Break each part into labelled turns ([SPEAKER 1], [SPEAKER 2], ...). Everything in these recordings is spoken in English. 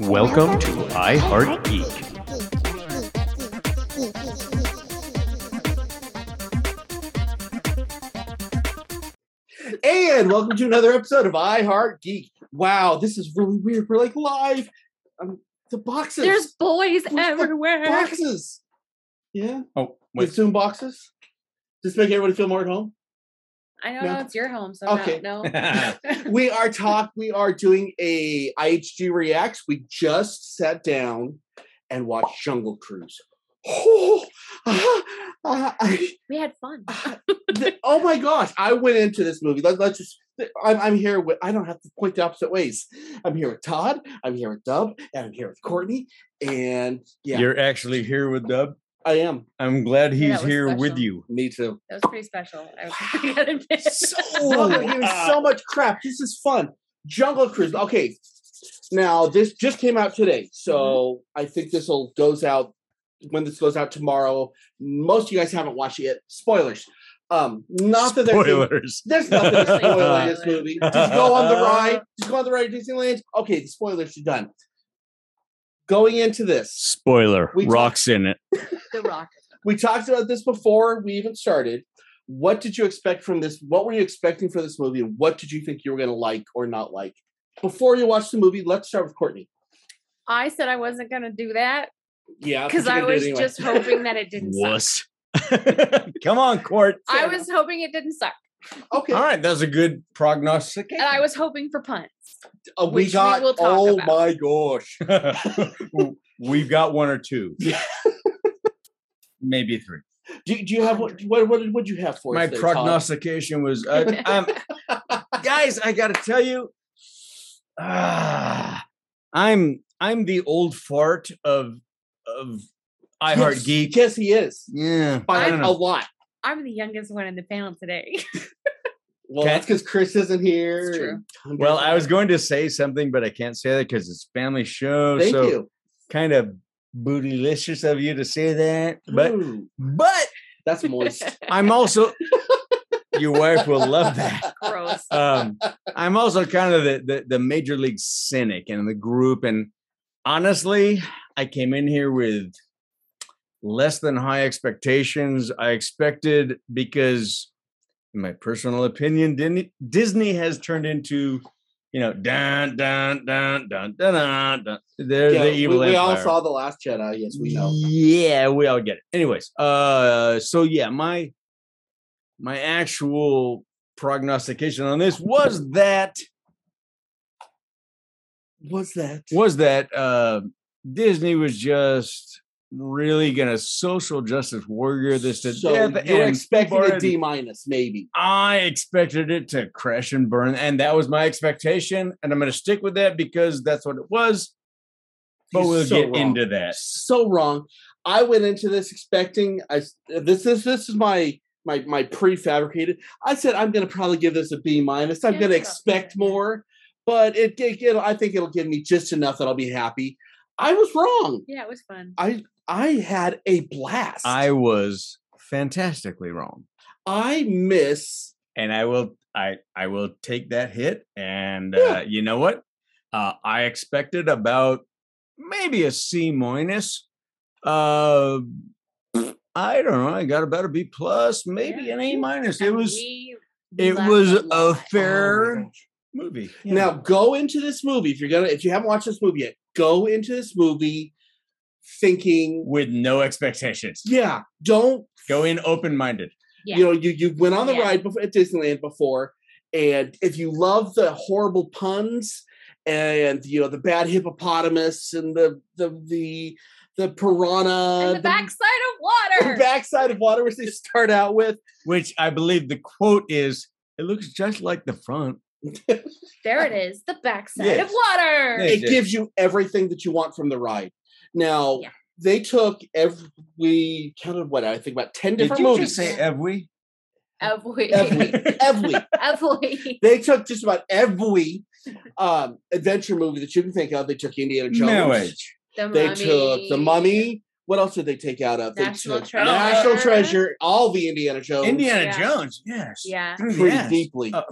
[SPEAKER 1] Welcome to iHeartGeek.
[SPEAKER 2] And welcome to another episode of I Heart Geek. Wow, this is really weird. We're like live. Um, the boxes.
[SPEAKER 3] There's boys
[SPEAKER 2] Where's the
[SPEAKER 3] everywhere.
[SPEAKER 2] boxes. Yeah.
[SPEAKER 4] Oh,
[SPEAKER 2] With
[SPEAKER 4] wait.
[SPEAKER 2] Zoom boxes. Just make everybody feel more at home.
[SPEAKER 3] I don't
[SPEAKER 2] No.
[SPEAKER 3] know it's your home, so
[SPEAKER 2] Okay.
[SPEAKER 3] no. no.
[SPEAKER 4] I
[SPEAKER 2] We are talk. We are doing a IHG reacts. We just sat down and watched Jungle Cruise. Oh, ah, ah, I-
[SPEAKER 3] we had fun.
[SPEAKER 4] Ah.
[SPEAKER 2] the- oh my gosh, I went into this movie. Let, let's just. I'm, I'm here with. I don't have to point the opposite ways. I'm here with Todd. I'm here with Dub. And I'm here with Courtney. And yeah,
[SPEAKER 4] You're actually here with Dub.
[SPEAKER 2] I am.
[SPEAKER 4] I'm glad
[SPEAKER 3] Yeah,
[SPEAKER 4] he's
[SPEAKER 3] that was
[SPEAKER 4] here with
[SPEAKER 3] special.
[SPEAKER 4] you.
[SPEAKER 2] Me too.
[SPEAKER 3] That was pretty special. I was gotta admit.
[SPEAKER 2] So here's so much crap. This is fun. Jungle Cruise. Okay, now this just came out today, so I think this will goes out when this goes out tomorrow. Most of you guys haven't watched it yet. Spoilers. Um, not that there's any-
[SPEAKER 4] Spoilers.
[SPEAKER 2] There's nothing to spoil in this
[SPEAKER 3] Spoiler.
[SPEAKER 2] movie. Just go on the ride. Just go on the ride to Disneyland. Okay, the spoilers are done. Going into this,
[SPEAKER 4] Spoiler.
[SPEAKER 2] We talked-
[SPEAKER 4] Rocks in it.
[SPEAKER 3] the rock.
[SPEAKER 2] we talked about this before we even started. What did you expect from this? What were you expecting for this movie? And what did you think you were going to like or not like? Before you watch the movie, let's start with Courtney.
[SPEAKER 3] I said I wasn't gonna do that
[SPEAKER 2] Yeah,
[SPEAKER 3] because I was just hoping that it didn't suck.
[SPEAKER 4] Wuss. Come on, Court.
[SPEAKER 3] I was hoping it didn't suck.
[SPEAKER 2] okay.
[SPEAKER 4] All right, that's a good prognostication.
[SPEAKER 3] And I was hoping for puns.
[SPEAKER 2] Uh, we
[SPEAKER 3] which we
[SPEAKER 2] got.
[SPEAKER 3] will talk
[SPEAKER 2] oh
[SPEAKER 3] about.
[SPEAKER 2] my gosh!
[SPEAKER 4] We've got one or two.
[SPEAKER 2] Yeah.
[SPEAKER 4] Maybe three.
[SPEAKER 2] Do, do you have what? What what did what you have for
[SPEAKER 4] My
[SPEAKER 2] us there, Todd?
[SPEAKER 4] prognostication was, uh, um, guys, I gotta tell you, ah, I'm I'm the old fart of of I Heart
[SPEAKER 2] Yes,
[SPEAKER 4] Geek.
[SPEAKER 2] Yes, he is.
[SPEAKER 4] Yeah,
[SPEAKER 2] By
[SPEAKER 4] I don't
[SPEAKER 2] a
[SPEAKER 4] know.
[SPEAKER 2] lot.
[SPEAKER 3] I'm the youngest one in the panel today.
[SPEAKER 2] Well,
[SPEAKER 4] Okay.
[SPEAKER 2] that's because Chris isn't here.
[SPEAKER 3] It's true.
[SPEAKER 2] and Tom
[SPEAKER 4] Well,
[SPEAKER 2] doesn't-
[SPEAKER 4] I was going to say something, but I can't say that because it's family show.
[SPEAKER 2] Thank
[SPEAKER 4] so
[SPEAKER 2] you.
[SPEAKER 4] kind of bootylicious of you to say that, but
[SPEAKER 2] Ooh,
[SPEAKER 4] but
[SPEAKER 2] that's moist.
[SPEAKER 4] I'm also your wife will love that.
[SPEAKER 3] Gross.
[SPEAKER 4] um, I'm also kind of the, the the major league cynic in the group, and honestly, I came in here with less than high expectations. I expected because, in my personal opinion, Disney, Disney has turned into, you know, dun dun dun dun dun dun. dun. They're
[SPEAKER 2] Yeah,
[SPEAKER 4] the evil
[SPEAKER 2] we, we all
[SPEAKER 4] empire.
[SPEAKER 2] saw the Last Jedi. Yes, we know.
[SPEAKER 4] Yeah, we all get it. Anyways, uh, so yeah, my my actual prognostication on this was that
[SPEAKER 2] What's that?
[SPEAKER 4] was that uh, Disney was just really gonna social justice warrior this to
[SPEAKER 2] so
[SPEAKER 4] death,
[SPEAKER 2] you're
[SPEAKER 4] and
[SPEAKER 2] expecting
[SPEAKER 4] people
[SPEAKER 2] a
[SPEAKER 4] are-
[SPEAKER 2] D minus, maybe.
[SPEAKER 4] I expected it to crash and burn, and that was my expectation, and I'm gonna stick with that because that's what it was. But
[SPEAKER 2] He's
[SPEAKER 4] we'll
[SPEAKER 2] so
[SPEAKER 4] get
[SPEAKER 2] wrong.
[SPEAKER 4] into that.
[SPEAKER 2] So wrong. I went into this expecting. I s- this this this is my my my prefabricated. I said I'm going to probably give this a B minus. I'm
[SPEAKER 3] Yeah,
[SPEAKER 2] going to
[SPEAKER 3] it's about
[SPEAKER 2] expect
[SPEAKER 3] there, yeah.
[SPEAKER 2] more, but it, it it'll- I think it'll give me just enough that I'll be happy. I was wrong.
[SPEAKER 3] yeah, it was fun.
[SPEAKER 2] I I had a blast.
[SPEAKER 4] I was fantastically wrong.
[SPEAKER 2] I miss.
[SPEAKER 4] and I will I I will take that hit. And
[SPEAKER 2] Yeah.
[SPEAKER 4] uh, you know what? Uh, I expected about maybe a C minus. Uh, I don't know. I got about a B plus, maybe
[SPEAKER 3] Yeah.
[SPEAKER 4] an A minus. It
[SPEAKER 3] And
[SPEAKER 4] was
[SPEAKER 3] we- we
[SPEAKER 4] it
[SPEAKER 3] laughed
[SPEAKER 4] was a
[SPEAKER 3] lot.
[SPEAKER 2] Oh my
[SPEAKER 4] fair
[SPEAKER 2] gosh.
[SPEAKER 4] movie.
[SPEAKER 2] Now go into this movie if you're gonna if you haven't watched this movie yet, go into this movie thinking,
[SPEAKER 4] with no expectations.
[SPEAKER 2] yeah, don't
[SPEAKER 4] Go in open minded.
[SPEAKER 3] Yeah.
[SPEAKER 2] you know you you went on the
[SPEAKER 3] Yeah.
[SPEAKER 2] ride before at Disneyland before, and if you love the horrible puns and you know the bad hippopotamus and the the the the piranha
[SPEAKER 4] uh,
[SPEAKER 3] and the backside of
[SPEAKER 2] the
[SPEAKER 3] water.
[SPEAKER 2] backside of water which they start out with.
[SPEAKER 4] Which I believe the quote is. It looks just like the front.
[SPEAKER 3] There it is, the backside of
[SPEAKER 4] Yes.
[SPEAKER 3] water.
[SPEAKER 4] Yes.
[SPEAKER 2] it gives you everything that you want from the ride. Now
[SPEAKER 3] Yeah.
[SPEAKER 2] they took every we counted what I think about ten different
[SPEAKER 4] you just
[SPEAKER 2] movies.
[SPEAKER 4] say have we?
[SPEAKER 3] Every,
[SPEAKER 2] Every, every
[SPEAKER 3] every.
[SPEAKER 2] they took just about every um, adventure movie that you can think of. They took Indiana Jones.
[SPEAKER 4] Marriage.
[SPEAKER 3] The
[SPEAKER 2] They took The Mummy. What else did they take out of? They
[SPEAKER 3] National
[SPEAKER 2] took
[SPEAKER 3] Treasure.
[SPEAKER 2] National Treasure. All the Indiana Jones.
[SPEAKER 4] Indiana
[SPEAKER 3] Yeah.
[SPEAKER 4] Jones. Yes.
[SPEAKER 3] Yeah,
[SPEAKER 2] pretty
[SPEAKER 4] Yes.
[SPEAKER 2] deeply.
[SPEAKER 4] Uh,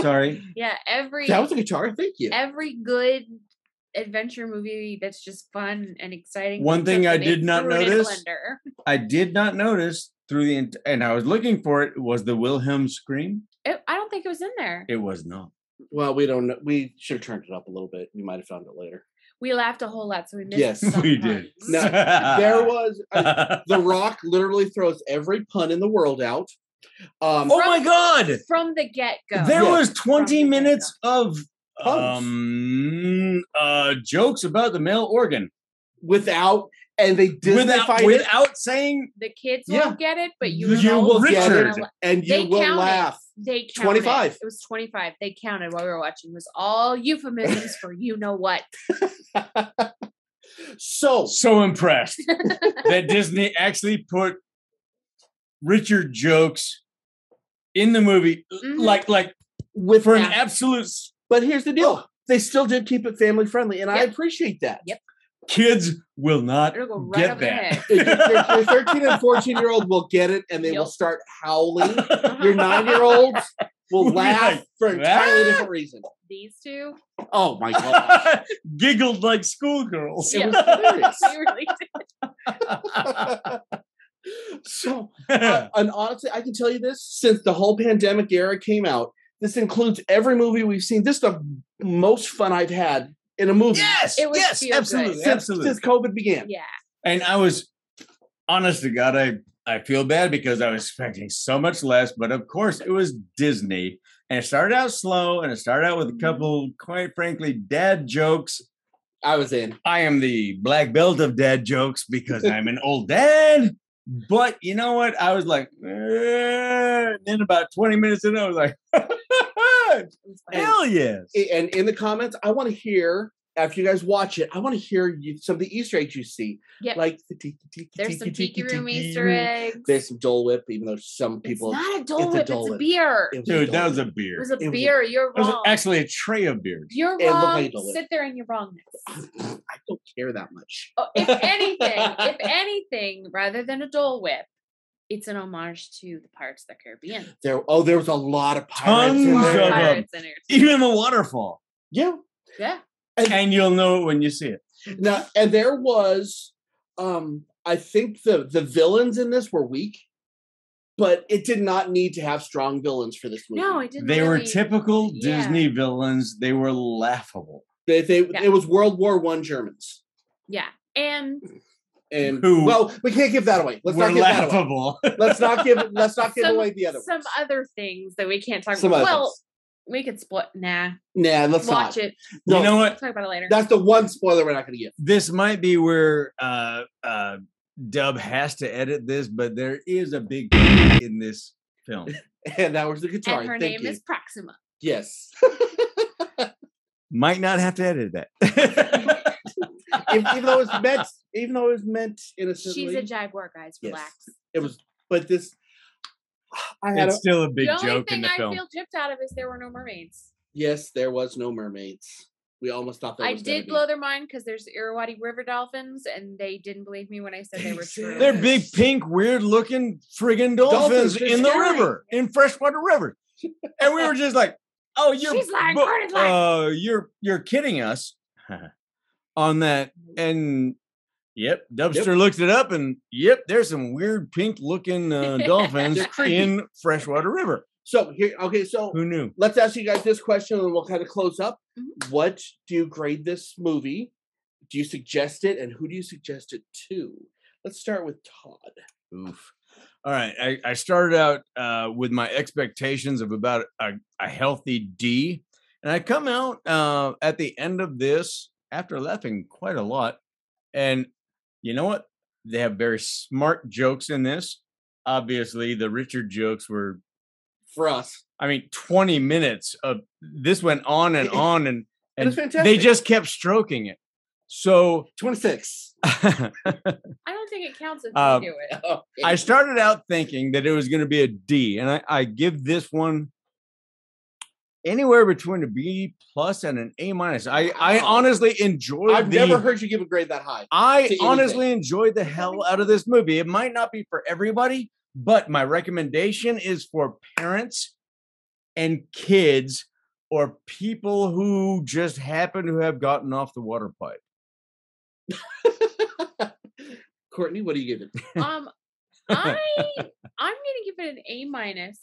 [SPEAKER 4] sorry.
[SPEAKER 3] yeah. Every
[SPEAKER 2] that was a guitar. Thank you.
[SPEAKER 3] every good adventure movie that's just fun and exciting.
[SPEAKER 4] One
[SPEAKER 3] you just
[SPEAKER 4] thing
[SPEAKER 3] have
[SPEAKER 4] I
[SPEAKER 3] to
[SPEAKER 4] did
[SPEAKER 3] make
[SPEAKER 4] not
[SPEAKER 3] fruit in a
[SPEAKER 4] notice-
[SPEAKER 3] blender.
[SPEAKER 4] I did not notice through the ent- and I was looking for it was the Wilhelm scream.
[SPEAKER 3] It, I don't think it was in there.
[SPEAKER 4] It was not.
[SPEAKER 2] Well, we don't know. We should have turned it up a little bit. We might have found it later.
[SPEAKER 3] we laughed a whole lot, so we missed.
[SPEAKER 2] Yes,
[SPEAKER 3] some
[SPEAKER 4] we did.
[SPEAKER 3] puns.
[SPEAKER 2] No,
[SPEAKER 4] Uh,
[SPEAKER 2] there was I- The Rock literally throws every pun in the world out. Um,
[SPEAKER 4] oh my god!
[SPEAKER 3] from the get go.
[SPEAKER 4] There
[SPEAKER 2] Yeah.
[SPEAKER 4] was 20
[SPEAKER 3] Probably
[SPEAKER 4] minutes of
[SPEAKER 2] Puns.
[SPEAKER 4] um uh jokes about the male organ
[SPEAKER 2] without and they did
[SPEAKER 4] without
[SPEAKER 2] fight it,
[SPEAKER 4] without saying
[SPEAKER 3] the kids
[SPEAKER 2] Yeah.
[SPEAKER 3] won't get it, but you,
[SPEAKER 4] You
[SPEAKER 3] know
[SPEAKER 4] will
[SPEAKER 3] it's gonna
[SPEAKER 4] Richard.
[SPEAKER 3] la-
[SPEAKER 2] and
[SPEAKER 3] They
[SPEAKER 2] you will
[SPEAKER 3] counted.
[SPEAKER 2] laugh.
[SPEAKER 3] They counted.
[SPEAKER 2] 25.
[SPEAKER 3] It was twenty five. They counted while we were watching. It was all euphemisms for you know what.
[SPEAKER 2] So
[SPEAKER 4] so impressed that Disney actually put Richard jokes in the movie
[SPEAKER 3] Mhm.
[SPEAKER 4] like like
[SPEAKER 2] Mm-hmm. with
[SPEAKER 4] for an
[SPEAKER 3] Yeah.
[SPEAKER 4] absolute s-
[SPEAKER 2] but here's the deal. They still did keep it family friendly, and I
[SPEAKER 3] Yep.
[SPEAKER 2] appreciate that.
[SPEAKER 3] Yep.
[SPEAKER 4] kids will not
[SPEAKER 3] It'll go right
[SPEAKER 4] get
[SPEAKER 3] over their
[SPEAKER 4] that.
[SPEAKER 3] head.
[SPEAKER 2] It- your, your 13 and 14 year old will get it and they will
[SPEAKER 3] Yep.
[SPEAKER 2] start howling. Your nine year olds will
[SPEAKER 4] We'll be
[SPEAKER 2] laugh
[SPEAKER 4] like,
[SPEAKER 2] for an entirely
[SPEAKER 4] "Ah!"
[SPEAKER 2] different reason.
[SPEAKER 3] These two.
[SPEAKER 2] Oh my god.
[SPEAKER 4] Giggled like schoolgirls.
[SPEAKER 2] It was hilarious.
[SPEAKER 3] We really did.
[SPEAKER 2] so, uh, and honestly, I can tell you this since the whole pandemic era came out, this includes every movie we've seen. This is the most fun I've had in a movie
[SPEAKER 4] yes,
[SPEAKER 3] It was
[SPEAKER 4] yes,
[SPEAKER 3] feel good.
[SPEAKER 4] absolutely,
[SPEAKER 2] since,
[SPEAKER 4] absolutely.
[SPEAKER 2] since COVID began.
[SPEAKER 3] Yeah.
[SPEAKER 4] And I was honest to God, I I feel bad because I was expecting so much less, but of course it was Disney. And it started out slow and it started out with a couple, quite frankly, dad jokes.
[SPEAKER 2] I was in.
[SPEAKER 4] I am the black belt of dad jokes because I'm an old dad. But you know what? I was like, "Eh," and then about 20 minutes in, I was like,
[SPEAKER 3] It was fun.
[SPEAKER 4] hell yes.
[SPEAKER 2] I- And in the comments, I want to hear. After you guys watch it, I want to hear you, some of the Easter eggs you see,
[SPEAKER 3] Yep.
[SPEAKER 2] like the tiki, tiki,
[SPEAKER 3] There's some Tiki Room
[SPEAKER 2] tiki
[SPEAKER 3] Easter
[SPEAKER 2] room.
[SPEAKER 3] eggs.
[SPEAKER 2] There's some Dole Whip, even though some people.
[SPEAKER 3] it's not a
[SPEAKER 2] it's
[SPEAKER 3] Dole
[SPEAKER 2] a
[SPEAKER 3] Whip.
[SPEAKER 2] Dole
[SPEAKER 3] It's a
[SPEAKER 2] Whip.
[SPEAKER 3] beer.
[SPEAKER 2] It was a
[SPEAKER 4] Dude, that
[SPEAKER 2] Dole
[SPEAKER 4] was a
[SPEAKER 2] Whip.
[SPEAKER 3] It
[SPEAKER 4] beer.
[SPEAKER 3] was a
[SPEAKER 2] It was a-
[SPEAKER 3] beer. You're
[SPEAKER 4] It was
[SPEAKER 3] wrong.
[SPEAKER 4] actually a tray of beers.
[SPEAKER 3] You're
[SPEAKER 2] It looked
[SPEAKER 3] wrong.
[SPEAKER 2] like Dole Whip.
[SPEAKER 3] Sit there in your wrongness.
[SPEAKER 2] I don't care that much.
[SPEAKER 3] Oh, if anything, if anything, rather than a Dole Whip, it's an homage to the Pirates of the Caribbean.
[SPEAKER 2] There, oh, there was a lot of pirates in
[SPEAKER 4] Tons
[SPEAKER 3] More
[SPEAKER 4] of
[SPEAKER 2] there.
[SPEAKER 4] them.
[SPEAKER 3] pirates in it.
[SPEAKER 4] Even the waterfall.
[SPEAKER 2] Yeah.
[SPEAKER 3] Yeah.
[SPEAKER 4] And you'll know it when you see it.
[SPEAKER 2] Now, and there was, um, I think the the villains in this were weak, but it did not need to have strong villains for this movie.
[SPEAKER 3] No, I didn't.
[SPEAKER 4] They were
[SPEAKER 3] really-
[SPEAKER 4] typical
[SPEAKER 3] yeah.
[SPEAKER 4] Disney villains. They were laughable.
[SPEAKER 2] they, they
[SPEAKER 3] Yeah.
[SPEAKER 2] it was World War One Germans,
[SPEAKER 3] Yeah. And
[SPEAKER 2] and
[SPEAKER 4] Who-
[SPEAKER 2] well, we can't give that away. Let's
[SPEAKER 4] were
[SPEAKER 2] not give that away.
[SPEAKER 4] laughable.
[SPEAKER 2] Let's not give let's not give
[SPEAKER 3] Some-
[SPEAKER 2] away the other
[SPEAKER 3] some
[SPEAKER 2] ones.
[SPEAKER 3] other things that we can't talk
[SPEAKER 2] Some
[SPEAKER 3] about.
[SPEAKER 2] others.
[SPEAKER 3] Well, we could split. Nah.
[SPEAKER 2] nah, let's not.
[SPEAKER 3] watch it.
[SPEAKER 2] No,
[SPEAKER 4] You know what?
[SPEAKER 3] Talk about it later.
[SPEAKER 2] that's the one spoiler we're not going to give.
[SPEAKER 4] This might be where uh, uh, Dub has to edit this, but there is a big in this film.
[SPEAKER 2] And that was the guitar.
[SPEAKER 3] and her
[SPEAKER 2] Thank
[SPEAKER 3] name
[SPEAKER 2] you.
[SPEAKER 3] is Proxima.
[SPEAKER 2] yes.
[SPEAKER 4] Might not have to edit that.
[SPEAKER 2] even, even though it was meant, even though it was meant innocently,
[SPEAKER 3] She's a jaguar, guys.
[SPEAKER 2] Yes.
[SPEAKER 3] Relax.
[SPEAKER 2] it was. But this, I had. A,
[SPEAKER 4] it's still a big
[SPEAKER 3] the only
[SPEAKER 4] joke
[SPEAKER 3] thing
[SPEAKER 4] in the
[SPEAKER 3] I
[SPEAKER 4] film.
[SPEAKER 3] feel gypped out of is there were no mermaids.
[SPEAKER 2] yes, there was no mermaids. We almost thought there
[SPEAKER 3] I
[SPEAKER 2] was. gonna
[SPEAKER 3] did
[SPEAKER 2] be.
[SPEAKER 3] blow their mind because there's Irrawaddy River dolphins, and they didn't believe me when I said they were true.
[SPEAKER 4] They're big, pink, weird-looking friggin' dolphins,
[SPEAKER 2] Dolphins, they're
[SPEAKER 4] in the
[SPEAKER 3] scary.
[SPEAKER 4] river, in freshwater river, and we were just like, "Oh, you're
[SPEAKER 3] She's lying,
[SPEAKER 4] bu-
[SPEAKER 3] Carter's lying.
[SPEAKER 4] uh, you're you're kidding us on that." And yep, Dubster looked it up, and yep, there's some weird pink-looking uh, dolphins
[SPEAKER 2] They're creepy.
[SPEAKER 4] in freshwater river.
[SPEAKER 2] So here, okay. So
[SPEAKER 4] Who knew?
[SPEAKER 2] let's ask you guys this question, and we'll kind of close up.
[SPEAKER 3] Mhm.
[SPEAKER 2] What do you grade this movie? Do you suggest it, and who do you suggest it to? Let's start with Todd.
[SPEAKER 4] Oof. All right. I, I started out uh, with my expectations of about a, a healthy D. And I come out uh, at the end of this after laughing quite a lot. And you know what? They have very smart jokes in this. Obviously, the Richard jokes were,
[SPEAKER 2] For us,
[SPEAKER 4] I mean, 20 minutes of this went on and on. And,
[SPEAKER 2] It
[SPEAKER 4] and
[SPEAKER 2] was
[SPEAKER 4] they
[SPEAKER 2] fantastic.
[SPEAKER 4] just kept stroking it. So
[SPEAKER 2] twenty six.
[SPEAKER 3] I don't think it counts if
[SPEAKER 4] Um,
[SPEAKER 3] you do it.
[SPEAKER 4] I started out thinking that it was going to be a D, and I, I give this one anywhere between a B plus and an A minus. I, I
[SPEAKER 2] Wow.
[SPEAKER 4] honestly enjoyed.
[SPEAKER 2] I've
[SPEAKER 4] the-
[SPEAKER 2] never heard you give a grade that high.
[SPEAKER 4] I
[SPEAKER 2] anything.
[SPEAKER 4] honestly enjoyed the hell out of this movie. It might not be for everybody, but my recommendation is for parents and kids or people who just happen to have gotten off the water pipe?
[SPEAKER 2] Courtney, what do you give it?
[SPEAKER 3] Um, I I'm gonna give it an A minus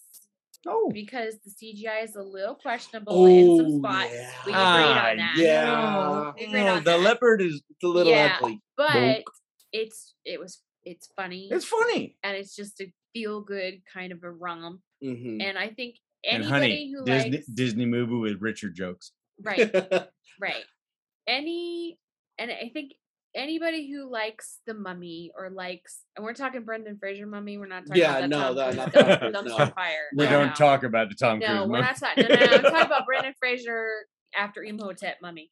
[SPEAKER 4] Oh,
[SPEAKER 3] because the CGI is a little questionable in some
[SPEAKER 2] Oh,
[SPEAKER 3] spots. We agreed
[SPEAKER 4] yeah.
[SPEAKER 3] on that.
[SPEAKER 2] Yeah.
[SPEAKER 3] We agreed on
[SPEAKER 4] Ah, the
[SPEAKER 3] that.
[SPEAKER 4] leopard is
[SPEAKER 2] It's a little
[SPEAKER 3] Yeah.
[SPEAKER 2] ugly.
[SPEAKER 3] but it's it was it's funny
[SPEAKER 4] it's funny.
[SPEAKER 3] and it's just a feel good kind of a romp.
[SPEAKER 2] Mhm.
[SPEAKER 3] And I think
[SPEAKER 4] And
[SPEAKER 3] anybody
[SPEAKER 4] honey,
[SPEAKER 3] who
[SPEAKER 4] Disney
[SPEAKER 3] likes
[SPEAKER 4] Disney movie with Richard jokes.
[SPEAKER 3] right Right. Any, and I think anybody who likes the mummy or likes, and we're talking Brendan Fraser mummy, we're not talking
[SPEAKER 2] Yeah,
[SPEAKER 3] about that
[SPEAKER 2] no,
[SPEAKER 3] Tom
[SPEAKER 2] that-
[SPEAKER 3] Cruise
[SPEAKER 2] not
[SPEAKER 4] Tom
[SPEAKER 3] dump-
[SPEAKER 2] Cruise,
[SPEAKER 3] dumpster
[SPEAKER 2] no.
[SPEAKER 3] fire.
[SPEAKER 4] We
[SPEAKER 3] no,
[SPEAKER 4] don't
[SPEAKER 3] no.
[SPEAKER 4] talk about the Tom
[SPEAKER 3] No,
[SPEAKER 4] Cruise
[SPEAKER 3] we're
[SPEAKER 4] movie.
[SPEAKER 3] not talking. No, no, no, I'm talking about Brendan Fraser after Imhotep mummy,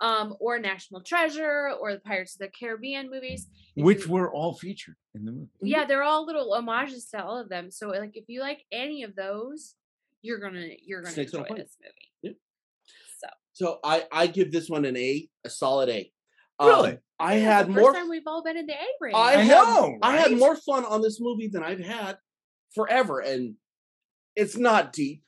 [SPEAKER 3] um, or National Treasure, or the Pirates of the Caribbean movies. If
[SPEAKER 4] which
[SPEAKER 3] you-
[SPEAKER 4] were all featured in the movie.
[SPEAKER 3] yeah, they're all little homages to all of them. So like, if you like any of those, you're gonna you're gonna
[SPEAKER 2] Snakes on a
[SPEAKER 3] enjoy
[SPEAKER 2] plane.
[SPEAKER 3] this movie.
[SPEAKER 2] Yeah.
[SPEAKER 3] So
[SPEAKER 2] So I I give this one an A, a solid A.
[SPEAKER 4] Really?
[SPEAKER 2] I
[SPEAKER 3] yeah, it's
[SPEAKER 2] had
[SPEAKER 3] the
[SPEAKER 2] more.
[SPEAKER 3] First time we've all been in the A ring.
[SPEAKER 2] I,
[SPEAKER 4] I
[SPEAKER 2] had,
[SPEAKER 4] know,
[SPEAKER 2] I had
[SPEAKER 4] right?
[SPEAKER 2] more fun on this movie than I've had forever, and it's not deep.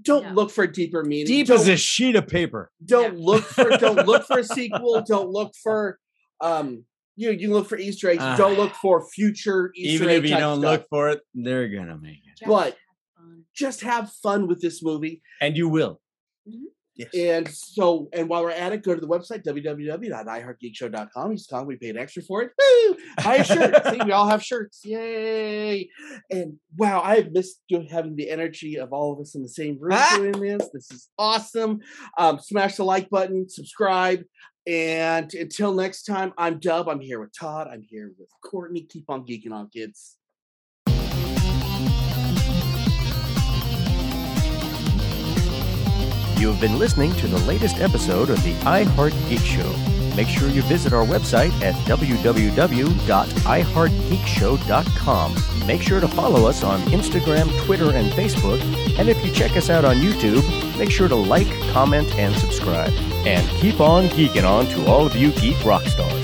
[SPEAKER 2] Don't
[SPEAKER 3] No.
[SPEAKER 2] look for deeper meaning.
[SPEAKER 4] Deep
[SPEAKER 2] don't,
[SPEAKER 4] as a sheet of paper.
[SPEAKER 2] Don't look for. Don't look for a sequel. Don't look for. Um, you know, you can look for Easter eggs.
[SPEAKER 4] Ah.
[SPEAKER 2] don't look for future Easter
[SPEAKER 4] Even
[SPEAKER 2] egg
[SPEAKER 4] if you
[SPEAKER 2] type
[SPEAKER 4] don't
[SPEAKER 2] stuff.
[SPEAKER 4] look for it, they're gonna make it,
[SPEAKER 3] Just
[SPEAKER 2] but-
[SPEAKER 3] have fun.
[SPEAKER 2] Just have fun with this movie.
[SPEAKER 4] and you will.
[SPEAKER 3] Mhm.
[SPEAKER 4] Yes.
[SPEAKER 2] And so, and while we're at it, go to the website www.iheartgeekshow.com. Use Tom. We paid extra for it. Woo! Buy a shirt. See, we all have shirts. Yay! And wow, I have missed do- having the energy of all of us in the same room
[SPEAKER 4] Ah!
[SPEAKER 2] doing this. This is awesome. Um, smash the like button, subscribe, and until next time, I'm Dub. I'm here with Todd. I'm here with Courtney. Keep on geeking on, kids.
[SPEAKER 1] You have been listening to the latest episode of the iHeart Geek Show. Make sure you visit our website at www.iheartgeekshow.com. Make sure to follow us on Instagram, Twitter, and Facebook. And if you check us out on YouTube, make sure to like, comment, and subscribe. And keep on geeking on to all of you geek rock stars.